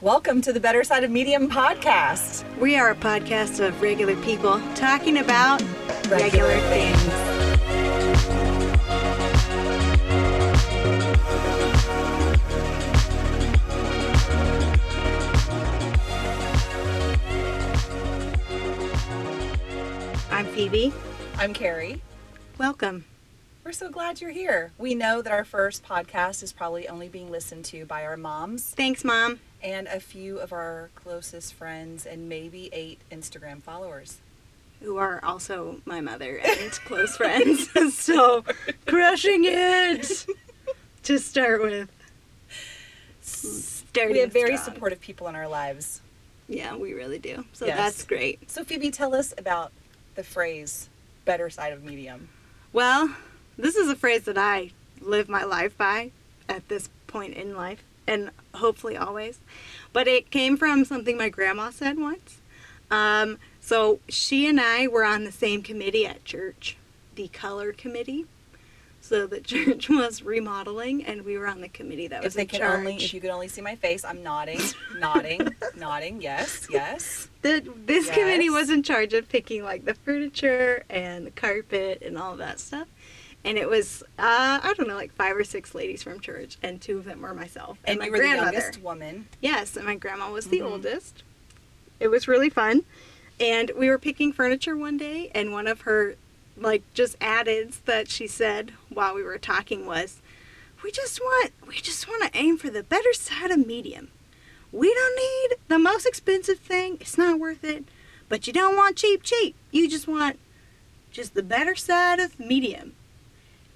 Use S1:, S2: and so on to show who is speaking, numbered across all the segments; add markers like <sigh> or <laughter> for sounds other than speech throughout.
S1: Welcome to the Better Side of Medium podcast.
S2: We are a podcast of regular people talking about
S1: Regular
S2: regular,
S1: things.
S2: things. I'm Phoebe.
S1: I'm Carrie.
S2: Welcome.
S1: We're so glad you're here. We know that our first podcast is probably only being listened to by our moms
S2: Thanks, Mom.
S1: and a few of our closest friends and maybe eight Instagram followers.
S2: Who are also my mother
S1: <laughs>
S2: and close friends. <laughs> so, crushing it to start with. Starting
S1: We have very
S2: strong.
S1: supportive people in our lives.
S2: Yeah, we really do. So
S1: Yes.
S2: that's great.
S1: So, Phoebe, tell us about the phrase better side of medium.
S2: Well, this is a phrase that I live my life by at this point in life and hopefully always. But it came from something my grandma said once. Um, so she and I were on the same committee at church, the color committee. So the <laughs> church was remodeling and we were on the committee that
S1: If
S2: was
S1: they
S2: in
S1: can
S2: charge.
S1: only if you could only see my face, I'm nodding,
S2: <laughs>
S1: nodding, nodding. Yes, yes.
S2: The, this committee
S1: Yes.
S2: was in charge of picking like the furniture and the carpet and all that stuff. And it was, uh, I don't know, like five or six ladies from church, and two of them were myself
S1: And,
S2: and, my
S1: you were the
S2: grandmother.
S1: youngest Mm-hmm. woman.
S2: Yes, and my grandma was the oldest. It was really fun. And we were picking furniture one day, and one of her, like, just addeds that she said while we were talking was, "We just want, we just want to aim for the better side of medium. We don't need the most expensive thing. It's not worth it. But you don't want cheap, cheap. You just want just the better side of medium."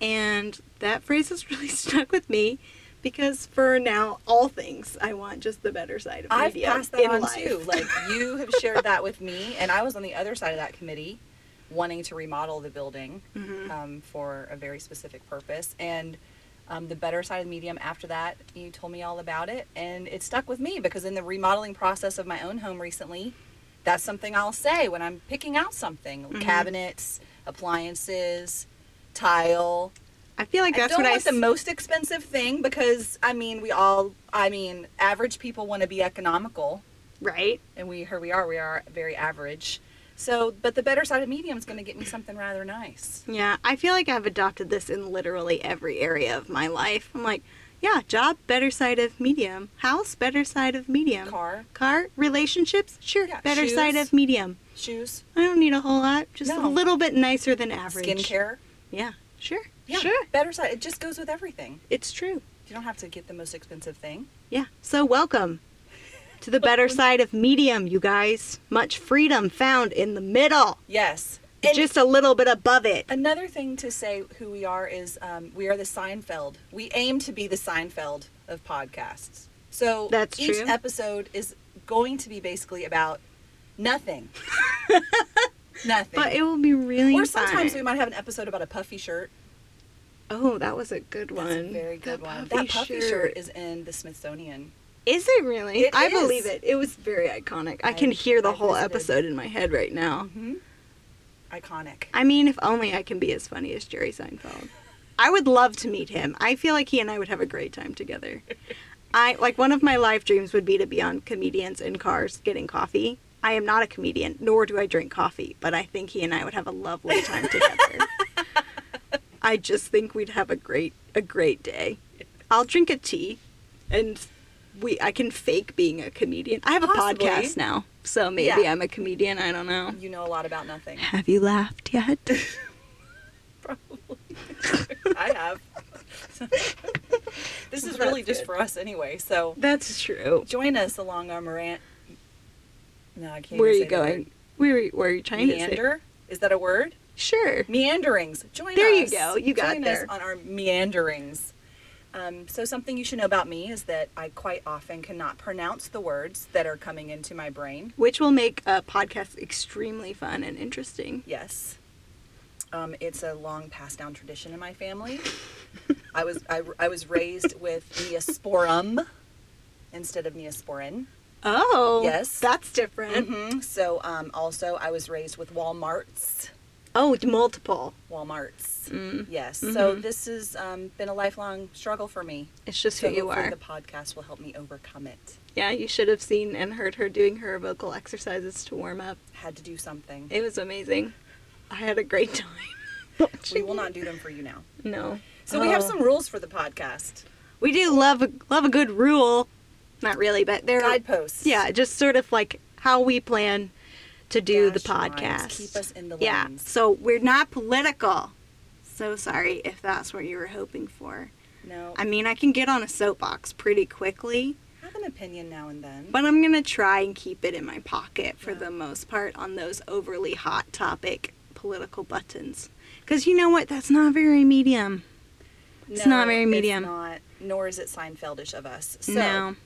S2: And that phrase has <laughs> really stuck with me because for now, all things I want just the better side of
S1: I've
S2: medium
S1: passed that
S2: in
S1: on
S2: life.
S1: too. Like you
S2: <laughs>
S1: have shared that with me, and I was on the other side of that committee, wanting to remodel the building
S2: Mm-hmm. Mm.
S1: um, for a very specific purpose. And um, the better side of the medium. After that, you told me all about it, and it stuck with me because in the remodeling process of my own home recently, that's something I'll say when I'm picking out something:
S2: Mm-hmm.
S1: cabinets, appliances, tile.
S2: I feel like that's
S1: I don't
S2: what I
S1: want the
S2: s-
S1: most expensive thing because I mean we all I mean average people want to be economical
S2: right.
S1: and we here we are we are very average so but the better side of medium is going to get me something rather nice
S2: Yeah, I feel like I've adopted this in literally every area of my life. I'm like, yeah, job better side of medium, house better side of medium,
S1: car
S2: Car, relationships sure
S1: Yeah,
S2: better side
S1: shoes.
S2: of medium.
S1: shoes
S2: I don't need a whole lot, just
S1: No.
S2: a little bit nicer than average.
S1: skincare
S2: Yeah, sure,
S1: yeah
S2: sure,
S1: better side it just goes with everything
S2: it's true.
S1: you don't have to get the most expensive thing
S2: Yeah. So welcome to
S1: <laughs>
S2: the better side of medium, you guys. Much freedom found in the middle,
S1: yes and
S2: just a little bit above it.
S1: another thing to say who we are is um, we are the Seinfeld we aim to be the Seinfeld of podcasts so
S2: That's
S1: each
S2: true.
S1: episode is going to be basically about
S2: <laughs>
S1: nothing nothing
S2: But it will be really
S1: or sometimes
S2: fun.
S1: we might have an episode about a puffy shirt
S2: Oh, that was a good one.
S1: That's a very good
S2: That
S1: one.
S2: puffy
S1: that puffy shirt. is in the Smithsonian.
S2: Is it really?
S1: It
S2: I
S1: is.
S2: believe it. It was very iconic. I,
S1: I-
S2: can hear the
S1: I
S2: whole
S1: visited.
S2: episode in my head right now.
S1: hmm Iconic.
S2: I mean, if only I can be as funny as Jerry Seinfeld. I would love to meet him. I feel like he and I would have a great time together. I like one of my life dreams would be to be on comedians in cars getting coffee. I am not a comedian, nor do I drink coffee, but I think he and I would have a lovely time together. I just think we'd have a great a great day. I'll drink a tea and we I can fake being a comedian. I have a
S1: Possibly.
S2: podcast now, so maybe
S1: Yeah.
S2: I'm a comedian, I don't know.
S1: You know a lot about
S2: <laughs>
S1: nothing.
S2: Have you laughed yet? <laughs>
S1: I have. <laughs> this is really just for us anyway. So
S2: That's true.
S1: join us along our Morant. No, I can't.
S2: Where are
S1: even
S2: you
S1: say the word.
S2: going? Where are you, where are you trying to say?
S1: Meander? Is that a word?
S2: Sure.
S1: Meanderings. Join
S2: There you
S1: us.
S2: go. You got
S1: Join us
S2: there.
S1: on our meanderings. Um, so something you should know about me is that I quite often cannot pronounce the words that are coming into my brain.
S2: Which will make a podcast extremely fun and interesting.
S1: Yes. Um, it's a long passed down tradition in my family. I was I, I was raised with neosporum instead of neosporin.
S2: Oh.
S1: Yes. Mm-hmm.
S2: That's different.
S1: hmm So um, also I was raised with Walmarts.
S2: Oh, multiple.
S1: Walmarts.
S2: Mm.
S1: Yes. So this has um, been a lifelong struggle for me.
S2: It's just
S1: So
S2: who you
S1: hopefully
S2: are.
S1: The podcast will help me overcome it.
S2: Yeah, you should have seen and heard her doing her vocal exercises to warm up.
S1: Had to do something.
S2: It was amazing. I had a great <laughs> time.
S1: we
S2: watching
S1: will
S2: it.
S1: not do them for you now.
S2: No.
S1: So we have
S2: Oh.
S1: some rules for the podcast.
S2: We do love a, love a good rule. Not really, but they're
S1: Guideposts.
S2: Yeah, just sort of like how we plan to do the
S1: Dash lines.
S2: podcast.
S1: Keep us in the
S2: yeah.
S1: lanes.
S2: So we're not political. So sorry if that's what you were hoping for.
S1: No.
S2: I mean, I can get on a soapbox pretty quickly,
S1: have an opinion now and then.
S2: but I'm going to try and keep it in my pocket for
S1: Yeah.
S2: the most part on those overly hot topic political buttons. Because you know what? That's not very medium. it's
S1: No,
S2: not very medium.
S1: It's not, nor is it Seinfeldish of us. So
S2: no.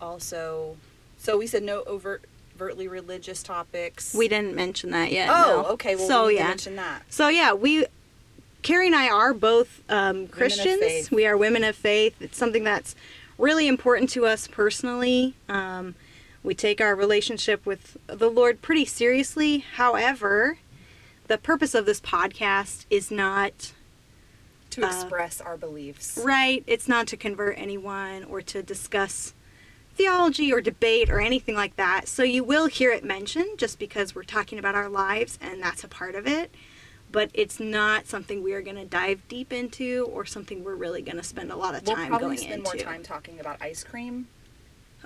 S1: also so we said no overt overtly religious topics.
S2: We didn't mention that yet.
S1: Oh,
S2: no.
S1: okay. Well,
S2: so
S1: we need to
S2: yeah.
S1: mention that.
S2: So yeah, we Carrie and I are both um, Christians.
S1: faith.
S2: We are women of faith. It's something that's really important to us personally. Um, we take our relationship with the Lord pretty seriously. However, the purpose of this podcast is not
S1: To
S2: uh,
S1: express our beliefs.
S2: right. It's not to convert anyone or to discuss theology or debate or anything like that. So you will hear it mentioned just because we're talking about our lives and that's a part of it. But it's not something we are going to dive deep into or something we're really going to spend a lot of
S1: We'll
S2: time
S1: probably
S2: going
S1: spend
S2: into.
S1: more time talking about ice cream.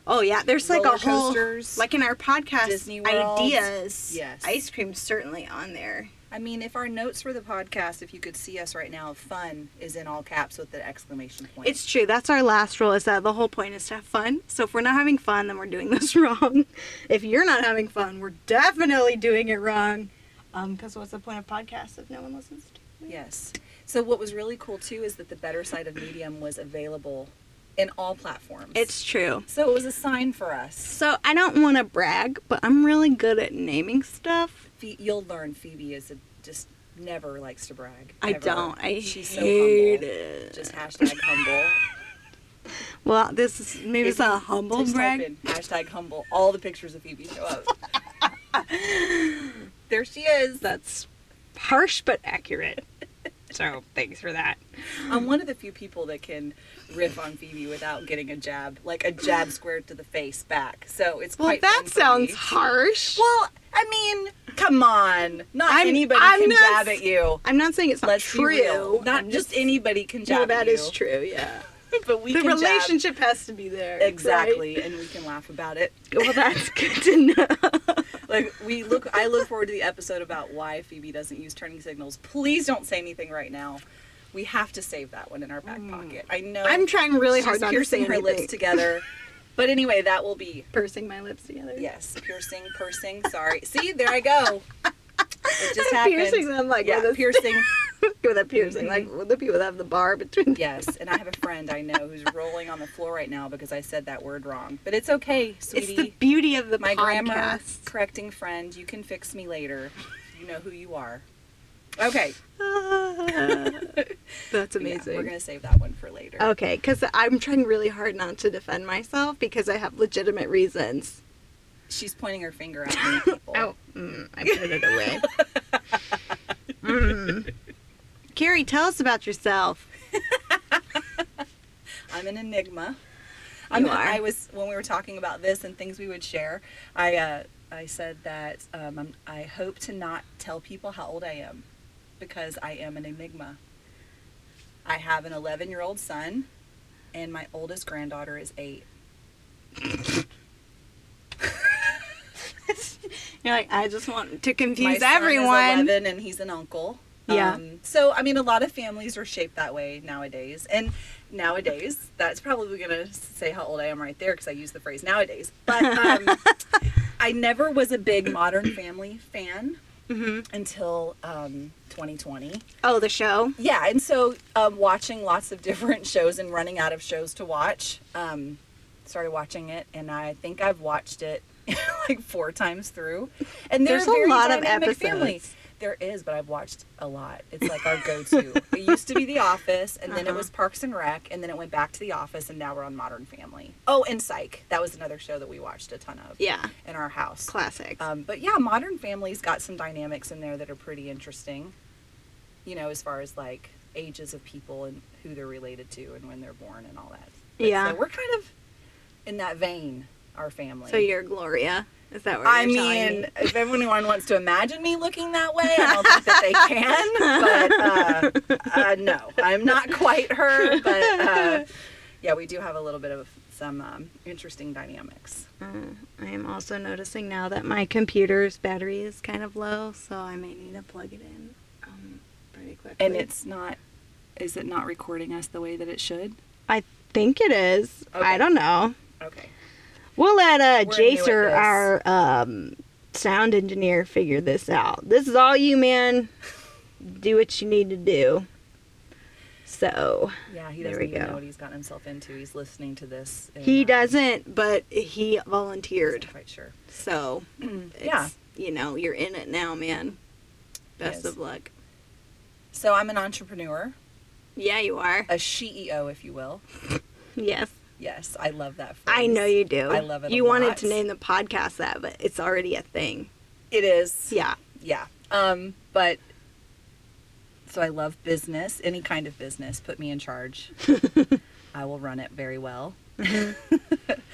S2: Oh yeah, there's like a
S1: roller
S2: whole
S1: coasters,
S2: like in our podcast
S1: Disney World.
S2: ideas.
S1: Yes.
S2: Ice cream's certainly on there.
S1: I mean, if our notes for the podcast, if you could see us right now, fun is in all caps with the exclamation point.
S2: It's true. That's our last rule is that the whole point is to have fun. So if we're not having fun, then we're doing this <laughs> wrong. If you're not having fun, we're definitely doing it wrong. Um, because what's the point of podcasts if no one listens to it?
S1: yes. So what was really cool too is that the better side of Medium was available in all platforms.
S2: It's true.
S1: so it was a sign for us.
S2: So I don't want to brag, but I'm really good at naming stuff.
S1: Phe- You'll learn Phoebe is a, just never likes to brag.
S2: I
S1: ever.
S2: don't. I
S1: She's so
S2: hate
S1: humble.
S2: it.
S1: Just hashtag humble.
S2: Well, this is maybe it's
S1: If you
S2: a humble
S1: just type
S2: brag.
S1: in hashtag humble. All the pictures of Phoebe show up.
S2: <laughs>
S1: there she is.
S2: That's harsh but accurate. <laughs> so thanks for that.
S1: I'm one of the few people that can riff on Phoebe without getting a jab, like a jab squared to the face back. So it's
S2: Well,
S1: quite.
S2: that
S1: fun for
S2: sounds
S1: me.
S2: harsh.
S1: Well, I mean, come on, not
S2: I'm-
S1: anybody
S2: I'm
S1: can
S2: not
S1: jab
S2: s-
S1: at you.
S2: I'm not saying it's not
S1: Let's
S2: true.
S1: be real. Not
S2: I'm
S1: just, anybody can
S2: No,
S1: jab.
S2: that
S1: at you,
S2: is true. Yeah.
S1: But we
S2: the
S1: can jab.
S2: relationship has to be there.
S1: exactly, and we can laugh about it.
S2: right? Well, that's good to know.
S1: Like we look, I look forward to the episode about why Phoebe doesn't use turning signals. Please don't say anything right now. We have to save that one in our back pocket. I know.
S2: Mm. I'm trying really hard
S1: She's
S2: not to say
S1: piercing her
S2: anything.
S1: lips together.
S2: <laughs>
S1: But anyway, that will be
S2: Pursing my lips together. <laughs>
S1: yes, piercing, pursing. Sorry, see, there I go. It just happened.
S2: <laughs> Piercing <laughs> them like
S1: yeah, Mm-hmm.
S2: with a
S1: piercing.
S2: with a piercing, like with the people that have the bar between.
S1: Yes, and I have a friend I know who's rolling on the floor right now because I said that word wrong. But it's okay,
S2: <laughs> It's
S1: sweetie.
S2: the beauty of the
S1: My grammar <laughs>
S2: podcast. <laughs>
S1: correcting friend. You can fix me later. You know who you are. Okay,
S2: Ah, that's
S1: yeah,
S2: amazing. Oh.
S1: we're gonna save that one for later.
S2: Okay, because I'm trying really hard not to defend myself because I have legitimate reasons.
S1: She's pointing her finger at
S2: <laughs>
S1: me. People.
S2: Oh, mm, I put it
S1: <laughs>
S2: away. mm. Carrie, tell us about yourself.
S1: I'm an enigma. I'm,
S2: You are.
S1: I was when we were talking about this and things we would share. I uh, I said that um, I'm, I hope to not tell people how old I am because I am an enigma. I have an 11 year old son, and my oldest granddaughter is eight.
S2: <laughs> You're like, I just want to
S1: my
S2: confuse
S1: son is
S2: everyone.
S1: 11 and he's an uncle.
S2: Yeah.
S1: Um, so I mean, a lot of families are shaped that way nowadays, and nowadays that's probably gonna say how old I am right there because I use the phrase nowadays. But
S2: <laughs>
S1: um, I never was a big Modern Family fan
S2: Mhm.
S1: until um, 2020.
S2: Oh, the show.
S1: Yeah, and so um, watching lots of different <laughs> shows and running out of shows to watch, um, started watching it, and I think <laughs> I've watched it like four times through. And they're
S2: There's a
S1: very
S2: lot of
S1: dynamic
S2: episodes.
S1: Family. there is, but I've watched a lot. It's like our go-to. it used to be The Office, and then it
S2: Uh-huh.
S1: was Parks and Rec, and then it went back to The Office, and now we're on Modern Family. Oh, and Psych. That was another show that we watched a ton of
S2: Yeah,
S1: in our house.
S2: classics.
S1: Um, but yeah, Modern Family's got some dynamics in there that are pretty interesting. You know, as far as like ages of people and who they're related to and when they're born and all that. But,
S2: Yeah.
S1: So we're kind of in that vein, our family.
S2: so you're Gloria. Is that what
S1: I
S2: you're telling
S1: mean,
S2: me?
S1: <laughs> if everyone wants to imagine me looking that way, I don't think that <laughs> they can. But uh, uh, no, I'm not quite her. But uh, yeah, we do have a little bit of some um, interesting dynamics.
S2: Uh, I am also noticing now that my computer's battery is kind of low, so I may need to plug it in um, pretty quickly.
S1: And it's not. Is it not recording us the way that it should?
S2: I think it is.
S1: Okay.
S2: I don't know.
S1: Okay.
S2: We'll let uh,
S1: We're new at
S2: Jacer,
S1: this.
S2: our um, sound engineer, figure this out. This is all you, man. Do what you need to do. So
S1: Yeah, he
S2: There
S1: doesn't
S2: we
S1: even
S2: go.
S1: know what he's gotten himself into. He's listening to this. and,
S2: he
S1: um,
S2: doesn't, but he
S1: isn't
S2: volunteered.
S1: Quite
S2: <clears throat>
S1: sure. <clears throat>
S2: So it's,
S1: yeah.
S2: you know, you're in it now, man.
S1: Yes.
S2: Best of luck.
S1: So I'm an entrepreneur,
S2: Yeah, you are. <laughs>
S1: a CEO, if you will.
S2: Yes.
S1: Yes, I love that. Phrase.
S2: I know you do.
S1: I love it a
S2: You wanted
S1: lot.
S2: to name the podcast that, but it's already a thing.
S1: It is.
S2: Yeah.
S1: yeah um but so i love business any kind of business put me in charge
S2: <laughs>
S1: i will run it very well
S2: Mm-hmm.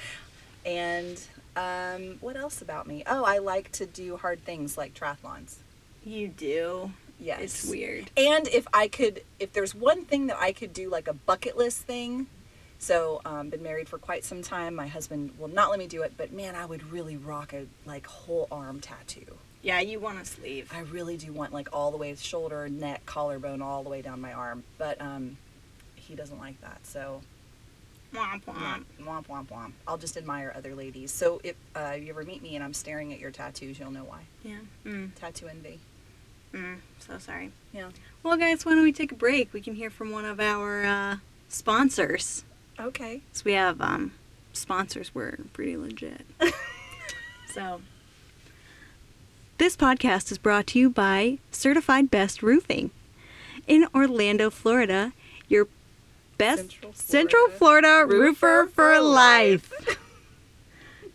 S1: <laughs> and um what else about me oh i like to do hard things like triathlons
S2: You do.
S1: yes
S2: It's weird.
S1: and if i could if there's one thing that i could do like a bucket list thing so um been married for quite some time my husband will not let me do it but man i would really rock a like whole arm tattoo
S2: Yeah, you want a sleeve.
S1: I really do want like all the way shoulder, neck, collarbone, all the way down my arm. But um, he doesn't like that, so
S2: Womp
S1: womp womp womp. womp. I'll just admire other ladies. So if uh, you ever meet me and I'm staring at your tattoos, you'll know why.
S2: Yeah. Mm,
S1: Tattoo envy.
S2: mm, so sorry.
S1: Yeah.
S2: Well, guys, why don't we take a break? We can hear from one of our uh, sponsors.
S1: Okay.
S2: So we have um, sponsors were pretty legit. so this podcast is brought to you by Certified Best Roofing in Orlando, Florida. Your best
S1: Central
S2: Central Florida,
S1: Florida
S2: roofer, for life.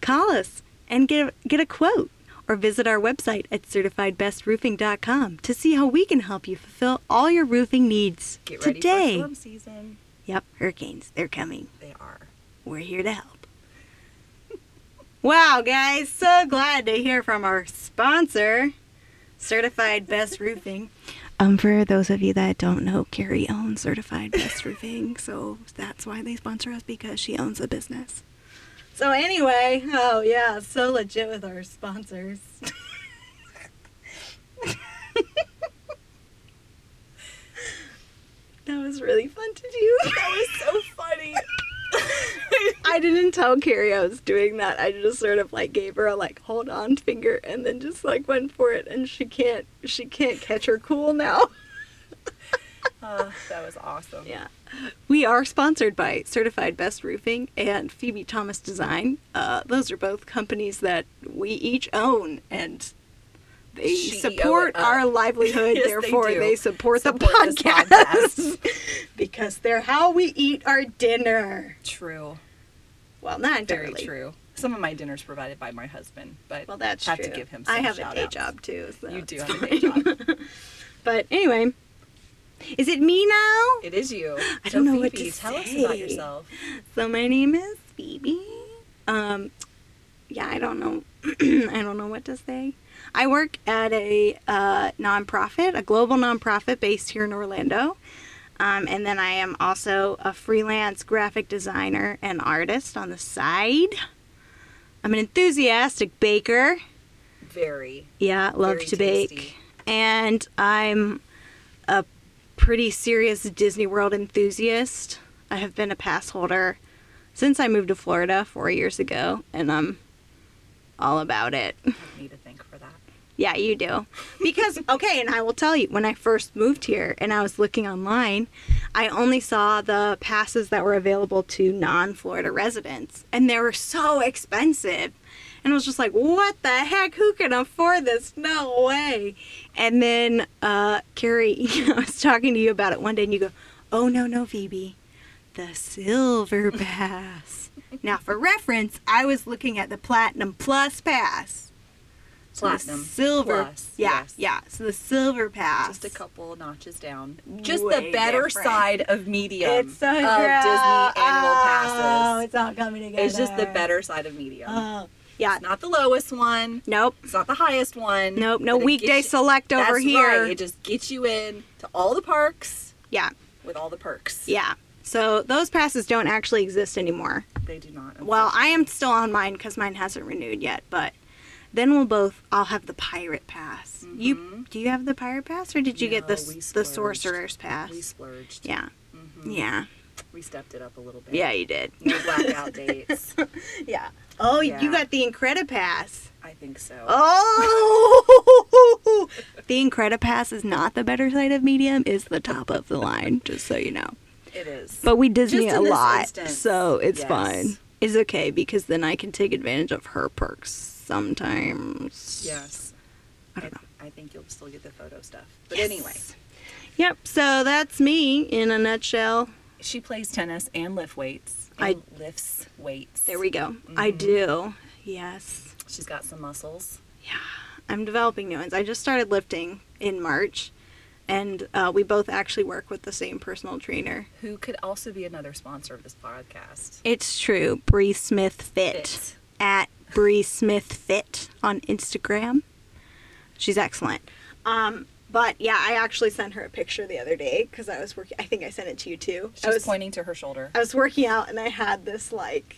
S2: Call us and get a, get a quote or visit our website at certifiedbestroofing.com to see how we can help you fulfill all your roofing needs
S1: Get ready
S2: today.
S1: for storm season.
S2: Yep, hurricanes, they're coming
S1: They are.
S2: we're here to help. wow, guys, so glad to hear from our sponsor, Certified Best Roofing. Um, for those of you that don't know, Carrie owns Certified Best Roofing, so that's why they sponsor us because she owns the business. So anyway, oh yeah, so legit with our sponsors. <laughs> that was really fun to do. <laughs>
S1: That was so <laughs> funny.
S2: I didn't tell Carrie I was doing that. I just sort of like gave her a like hold on finger and then just like went for it and she can't she can't catch her cool now.
S1: Uh, that was awesome.
S2: Yeah. We are sponsored by Certified Best Roofing and Phoebe Thomas Design. Uh, those are both companies that we each own and they
S1: CEO
S2: support
S1: it up.
S2: our <laughs> livelihood.
S1: Yes, they
S2: therefore, they,
S1: do.
S2: support, the
S1: Support this
S2: podcast, <laughs> because they're how we eat our dinner.
S1: True.
S2: Well, not
S1: Very
S2: entirely.
S1: true. Some of my dinner's provided by my husband, but
S2: Well, that's
S1: have
S2: true.
S1: to give him. Some
S2: I have a
S1: shout
S2: day
S1: outs.
S2: job too. So
S1: You do
S2: it's
S1: have a day
S2: fine.
S1: job.
S2: <laughs> But anyway, is it me now?
S1: It is you.
S2: I
S1: So
S2: don't know what
S1: Phoebe,
S2: to
S1: tell us about
S2: say.
S1: yourself.
S2: So my name is Phoebe. Um, yeah, I don't know. <clears throat> I don't know what to say. I work at a uh, nonprofit, a global nonprofit based here in Orlando. Um, and then I am also a freelance graphic designer and artist on the side. I'm an enthusiastic baker.
S1: Very.
S2: Yeah, love
S1: Very
S2: to
S1: tasty.
S2: bake. And I'm a pretty serious Disney World enthusiast. I have been a pass holder since I moved to Florida four years ago, and I'm all about it.
S1: Need to thank for that.
S2: Yeah, you do. Because, <laughs> okay, and I will tell you, when I first moved here and I was looking online, I only saw the passes that were available to non Florida residents, and they were so expensive. And I was just like, what the heck? Who can afford this? No way. And then, uh, Carrie, <laughs> I was talking to you about it one day, and you go, oh, no, no, Phoebe, the silver pass. now, for reference, I was looking at the platinum plus pass. So the
S1: Platinum
S2: silver.
S1: plus,
S2: yeah,
S1: yes.
S2: yeah. So the silver pass.
S1: Just a couple notches down. Just the
S2: Way
S1: better
S2: different.
S1: side of medium
S2: It's so
S1: of Disney
S2: gross.
S1: annual
S2: Oh,
S1: passes.
S2: it's all coming together.
S1: It's just the better side of medium.
S2: Oh, yeah.
S1: It's not the lowest one.
S2: Nope.
S1: It's not the highest one.
S2: Nope. No
S1: but it
S2: weekday
S1: gets you-
S2: select over
S1: That's
S2: here.
S1: Right. It just gets you in to all the parks
S2: yeah.
S1: with all the perks.
S2: Yeah. So those passes don't actually exist anymore.
S1: They do not.
S2: Well, I am still on mine because mine hasn't renewed yet, but then we'll both. I'll have the pirate pass. You do you have the pirate pass or did you get
S1: Mm-hmm. No,
S2: the s-
S1: we
S2: the
S1: splurged.
S2: sorcerer's pass?
S1: We splurged.
S2: yeah.
S1: Mhm.
S2: Yeah.
S1: We stepped it up a little bit.
S2: Yeah, you did.
S1: No blackout
S2: <laughs>
S1: dates.
S2: yeah. Oh,
S1: Yeah.
S2: you got the Incredipass.
S1: I think so. Oh.
S2: Oh, <laughs> the Incredipass is not the better side of medium; is the top of the line. Just so you know.
S1: It is.
S2: But we Disney
S1: Just
S2: a
S1: in this
S2: lot,
S1: instance,
S2: so it's
S1: yes.
S2: fine. It's okay because then I can take advantage of her perks sometimes.
S1: yes.
S2: I don't know.
S1: I think you'll still get the photo stuff. But anyway,
S2: Yep. So that's me in a nutshell.
S1: she plays tennis and lift weights.
S2: I-
S1: And lifts weights.
S2: There we go. I
S1: Mhm.
S2: do. Yes.
S1: She's got some muscles.
S2: I'm developing new ones. I just started lifting in March, and uh, we both actually work with the same personal trainer.
S1: Who could also be another sponsor of this podcast?
S2: It's true. Bree Smith Fit,
S1: Fit.
S2: at Bree Smith Fit on Instagram. She's excellent. Um, but yeah, I actually sent her a picture the other day because I was working. I think I sent it to you too. I
S1: She's
S2: was
S1: pointing to her shoulder.
S2: I was working out and I had this like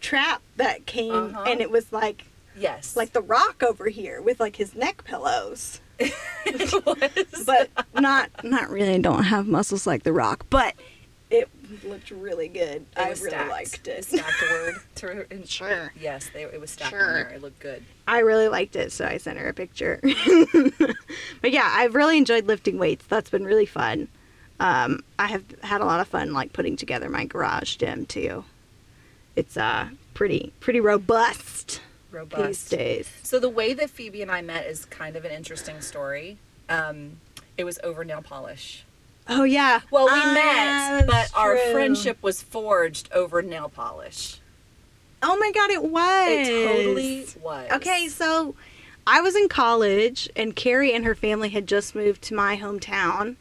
S2: trap that came
S1: Uh-huh.
S2: and it was like
S1: yes.
S2: like the rock over here with like his neck pillows
S1: <laughs>
S2: <laughs>
S1: it was.
S2: but not not really I don't have muscles like the rock but it looked really good
S1: It
S2: i really
S1: was stacked.
S2: liked
S1: Is
S2: it
S1: Stacked a word to and
S2: Sure.
S1: Yes, they, it was stacked on
S2: Sure.
S1: there. It looked good.
S2: I really liked it, so I sent her a picture. <laughs> but yeah, I've really enjoyed lifting weights. That's been really fun. Um, I have had a lot of fun like putting together my garage gym too. It's uh pretty pretty robust, these
S1: Robust.
S2: days.
S1: So the way that Phoebe and I met is kind of an interesting story. Um, it was over nail polish.
S2: Oh yeah.
S1: Well, we
S2: Ah,
S1: met, but
S2: that's
S1: our
S2: true.
S1: friendship was forged over nail polish.
S2: Oh my god, it was.
S1: It totally was.
S2: Okay, so I was in college, and Carrie and her family had just moved to my hometown.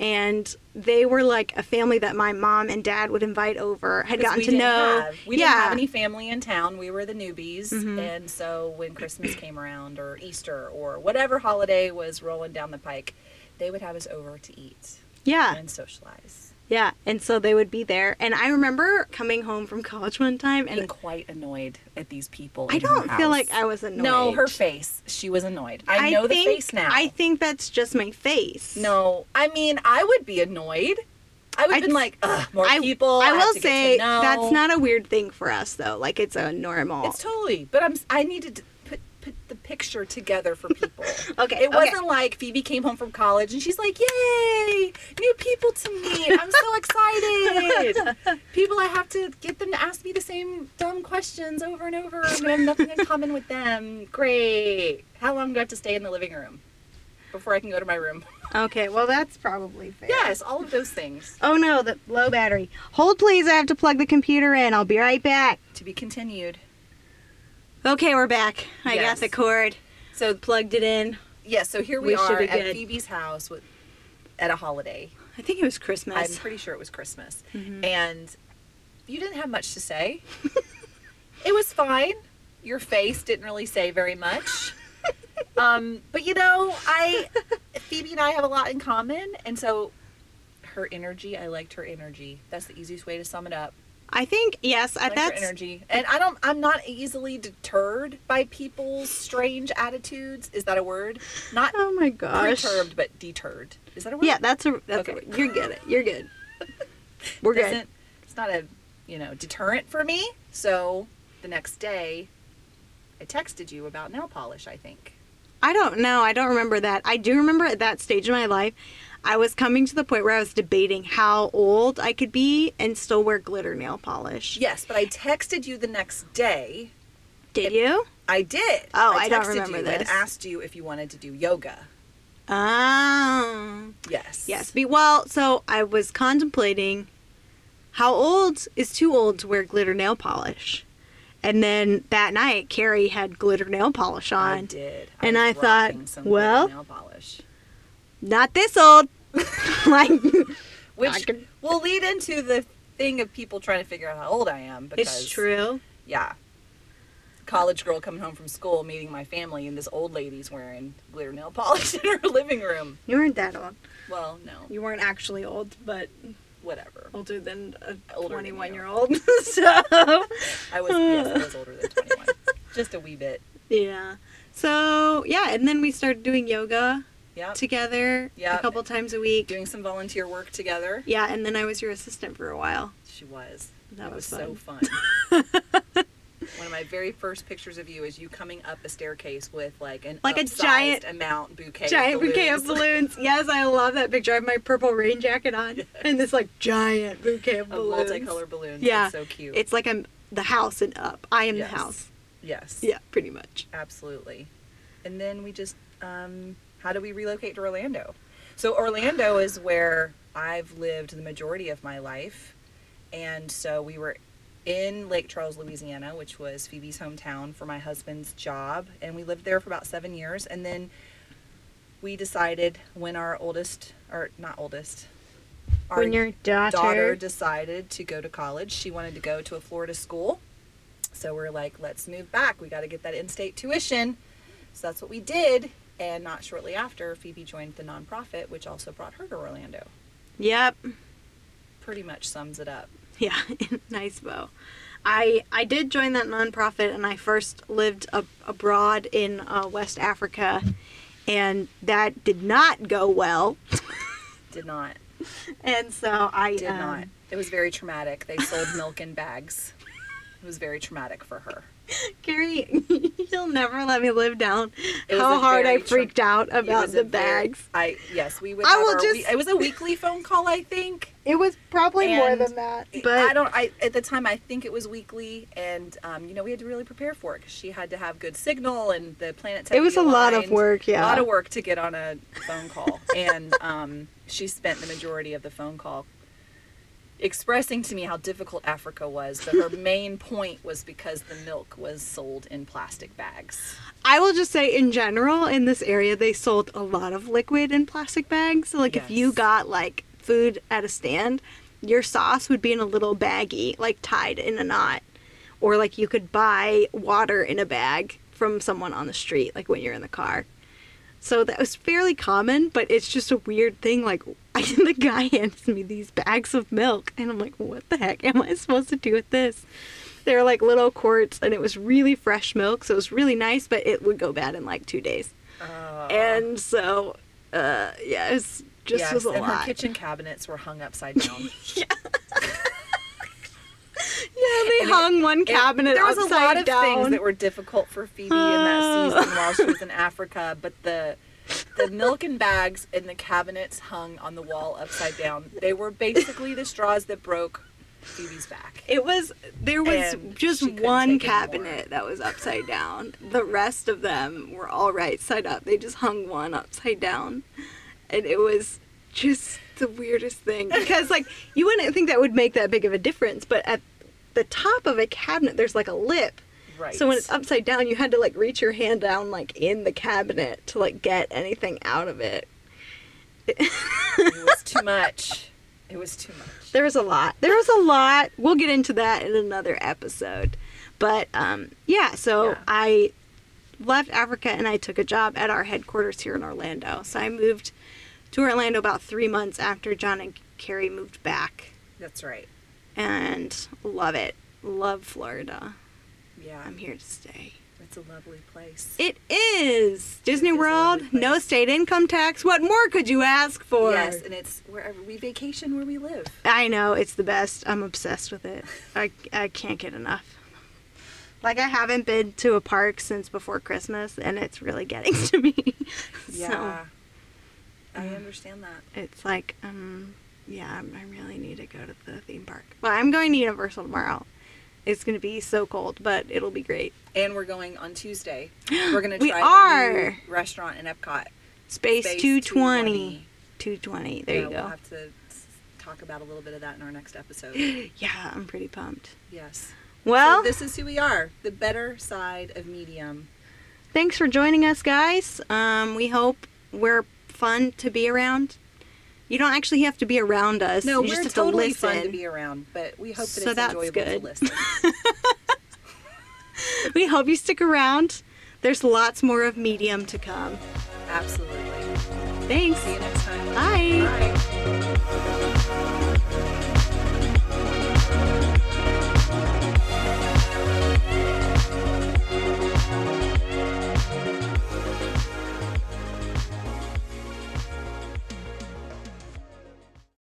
S2: And they were like a family that my mom and dad would invite over. Had
S1: 'Cause
S2: gotten
S1: we
S2: to
S1: didn't
S2: know.
S1: have- we
S2: yeah.
S1: didn't have any family in town. We were the newbies,
S2: Mhm.
S1: and so when Christmas came around, or Easter, or whatever holiday was rolling down the pike, they would have us over to eat
S2: Yeah.
S1: and socialize.
S2: Yeah. And so they would be there. And I remember coming home from college one time,
S1: Being
S2: and
S1: quite annoyed at these people.
S2: I
S1: in her
S2: don't feel
S1: house.
S2: like I was annoyed.
S1: No, her face. She was annoyed. I, know
S2: think,
S1: the face now.
S2: I think that's just my face.
S1: No, I mean I would be annoyed. I would have
S2: I-
S1: been like, Ugh, more
S2: I,
S1: people.
S2: I
S1: have
S2: will
S1: to get to
S2: say
S1: know."
S2: that's not a weird thing for us though. Like it's a normal.
S1: It's totally. But I'm. I needed to put put the picture together for people.
S2: <laughs> Okay,
S1: It
S2: okay.
S1: wasn't like Phoebe came home from college and she's like, "Yay, new people to meet! I'm so excited!
S2: <laughs>
S1: people, I have to get them to ask me the same dumb questions over and over. and I have nothing in common with them. Great. How long do I have to stay in the living room before I can go to my room?
S2: Okay, well that's probably fair.
S1: yes, all of those things."
S2: Oh no, the low battery. Hold please, I have to plug the computer in. I'll be right back.
S1: To be continued.
S2: Okay, we're back. I
S1: Yes.
S2: got the cord.
S1: So
S2: Plugged it in.
S1: yeah, so here we,
S2: We should
S1: are
S2: be
S1: at
S2: good.
S1: Phoebe's house with, at a holiday.
S2: I think it was
S1: I'm
S2: Christmas.
S1: pretty sure it was Christmas,
S2: Mm-hmm.
S1: and you didn't have much to say. <laughs> it was fine. Your face didn't really say very
S2: <laughs>
S1: much. um, but you know, I Phoebe and I have a lot in common, and so her energy. I liked her energy. That's the easiest way to sum it up.
S2: I think yes, I
S1: I liked her
S2: that's
S1: energy, and I don't. I'm not easily deterred by people's strange attitudes. Is that a word? Not
S2: Oh my gosh.
S1: perturbed, but deterred. Is that a word?
S2: Yeah, that's a that's
S1: Okay.
S2: a, you're good. You're good.
S1: <laughs>
S2: We're good.
S1: doesn't- It's not a you know deterrent for me. So the next day, I texted you about nail polish. I think
S2: I don't know. I don't remember that. I do remember at that stage in my life, I was coming to the point where I was debating how old I could be and still wear glitter nail polish.
S1: Yes, but I texted you the next day.
S2: Did you?
S1: I did.
S2: Oh, I don't
S1: texted
S2: remember
S1: you And
S2: this.
S1: asked you if you wanted to do yoga.
S2: Um.
S1: Yes.
S2: Yes. Be, well, so I was contemplating how old is too old to wear glitter nail polish. And then that night, Carrie had glitter nail polish
S1: I
S2: on.
S1: did.
S2: And
S1: was
S2: I thought,
S1: rocking some glitter
S2: well,
S1: nail polish.
S2: Not
S1: <laughs>
S2: this old. like,
S1: which
S2: can-
S1: will lead into the thing of people trying to figure out how old I am. Because
S2: it's true.
S1: Yeah. College girl coming home from school, meeting my family, and this old lady's wearing glitter nail polish <laughs> in her living room.
S2: You weren't that old.
S1: Well, no,
S2: You weren't actually old, but
S1: whatever.
S2: older than a
S1: Older than you.
S2: 21 year old. <laughs> so,
S1: I was yes, I was older than
S2: <laughs>
S1: twenty one, just a wee bit.
S2: yeah. So, yeah. And then we started doing yoga
S1: Yeah,
S2: together
S1: Yep.
S2: a couple times a week.
S1: doing some volunteer work together.
S2: Yeah. And then I was your assistant for a while.
S1: She was.
S2: That
S1: it was,
S2: was
S1: so fun.
S2: <laughs>
S1: One of my very first pictures of you is you coming up a staircase with like an
S2: Like a
S1: upsized
S2: giant-
S1: amount bouquet, of
S2: giant bouquet of
S1: balloons.
S2: balloons. Yes, I love that picture. I have my purple rain jacket on and this like giant bouquet of
S1: of
S2: balloons.
S1: multicolored balloons.
S2: Yeah.
S1: it's so cute.
S2: It's like I'm the house and up. I am
S1: Yes.
S2: the house.
S1: yes,
S2: Yeah, pretty much.
S1: Absolutely. And then we just, um, how do we relocate to Orlando? So, Orlando is where I've lived the majority of my life. And so, we were in Lake Charles, Louisiana, which was Phoebe's hometown for my husband's job. And we lived there for about seven years. And then we decided when our oldest, or not oldest, our
S2: when your daughter,
S1: daughter decided to go to college. She wanted to go to a Florida school. So we're like, let's move back. We got to get that in state tuition. So that's what we did. And not shortly after, Phoebe joined the nonprofit, which also brought her to Orlando.
S2: Yep. <laughs>
S1: Pretty much sums it up.
S2: Yeah, <laughs> nice bow. I I did join that nonprofit and I first lived ab- abroad in uh, West Africa and that did not go well. <laughs>
S1: Did not.
S2: And so I
S1: Did
S2: um,
S1: not. It was very traumatic. They sold milk in bags. It was very traumatic for her.
S2: Carrie, <laughs> you'll never let me live down
S1: It was
S2: how
S1: a
S2: hard I
S1: very tra-
S2: freaked out
S1: It
S2: about
S1: was
S2: the
S1: a very-
S2: bags.
S1: I yes, we would.
S2: I
S1: have
S2: will
S1: our
S2: just-
S1: we- it was a weekly phone call, I think.
S2: It was probably
S1: more than
S2: that.
S1: I
S2: But
S1: don't. I at the time I think it was weekly, and um, you know we had to really prepare for it because she had to have good signal, and the planets. Had
S2: it
S1: to
S2: was
S1: be
S2: a lot of
S1: aligned.
S2: work,
S1: A
S2: yeah.
S1: lot of work to get on a phone call, <laughs> and um, she spent the majority of the phone call expressing to me how difficult Africa was. But her
S2: <laughs>
S1: main point was because the milk was sold in plastic bags.
S2: I will just say, in general, in this area, they sold a lot of liquid in plastic bags. So, like, if you
S1: Yes.
S2: got like food at a stand, your sauce would be in a little baggie, like tied in a knot, or like you could buy water in a bag from someone on the street, like when you're in the car. So that was fairly common, but it's just a weird thing. Like, <laughs> I, the guy hands me these bags of milk, and I'm like, what the heck am I supposed to do with this? They were like little quarts, and it was really fresh milk, so it was really nice, but it would go bad in like two days.
S1: Uh,
S2: and so, uh, yeah, it was just
S1: yes,
S2: was a
S1: and her
S2: lot.
S1: kitchen cabinets were hung upside
S2: <laughs>
S1: down.
S2: yeah, they
S1: and it-
S2: hung one
S1: It-
S2: cabinet
S1: there was a lot
S2: upside
S1: of
S2: down.
S1: things that were difficult for phoebe in that <sighs> season while she was in africa but the the milk and bags and the cabinets hung on the wall upside down they were basically the straws that broke phoebe's back
S2: It was there was
S1: And
S2: just
S1: she couldn't
S2: one
S1: take anymore.
S2: cabinet that was upside down. The rest of them were all right side up. They just hung one upside down. And it was just the weirdest thing because like you wouldn't think that would make that big of a difference, but at the top of a cabinet there's like a lip.
S1: right
S2: So when it's upside down, you had to like reach your hand down like in the cabinet to like get anything out of it.
S1: it was too much it was too much
S2: There was a lot. There was a lot. We'll get into that in another episode. But um, yeah, so
S1: Yeah.
S2: I left Africa and I took a job at our headquarters here in Orlando. So I moved to Orlando about three months after John and Carrie moved back,
S1: that's right
S2: and love it. Love Florida.
S1: yeah
S2: I'm here to stay.
S1: it's a lovely place
S2: It is Disney
S1: It is a
S2: World.
S1: lovely
S2: No
S1: place.
S2: state income tax. What more could you ask for?
S1: yes and it's wherever we vacation where we live
S2: I know it's the best. I'm obsessed with it. I I can't get enough. Like I haven't been to a park since before Christmas, and it's really getting <laughs> to me.
S1: Yeah. I
S2: Mm.
S1: understand that.
S2: So it's like, um, yeah, I'm- I really need to go to the theme park. Well, I'm going to Universal tomorrow. It's gonna be so cold, but it'll be great.
S1: And we're going on <gasps> Tuesday. We're going to
S2: We
S1: try the new
S2: are.
S1: restaurant in Epcot.
S2: Space,
S1: Space E.
S2: 220. 220. There
S1: Yeah,
S2: you go.
S1: We'll have to s- talk about a little bit of that in our next episode.
S2: <gasps> Yeah, I'm pretty pumped.
S1: Yes.
S2: Well,
S1: so this is who we are, the better side of medium.
S2: thanks for joining us, guys. Um, we hope we're fun to be around. You don't actually have to be around us.
S1: No,
S2: you
S1: we're
S2: just have
S1: totally
S2: to listen.
S1: fun to be around, but we hope that
S2: So
S1: it's
S2: that's
S1: enjoyable to
S2: good. <laughs>
S1: listen.
S2: we hope you stick around. There's lots more of medium to come.
S1: Absolutely.
S2: Thanks.
S1: See you next time.
S2: Bye.
S1: Bye.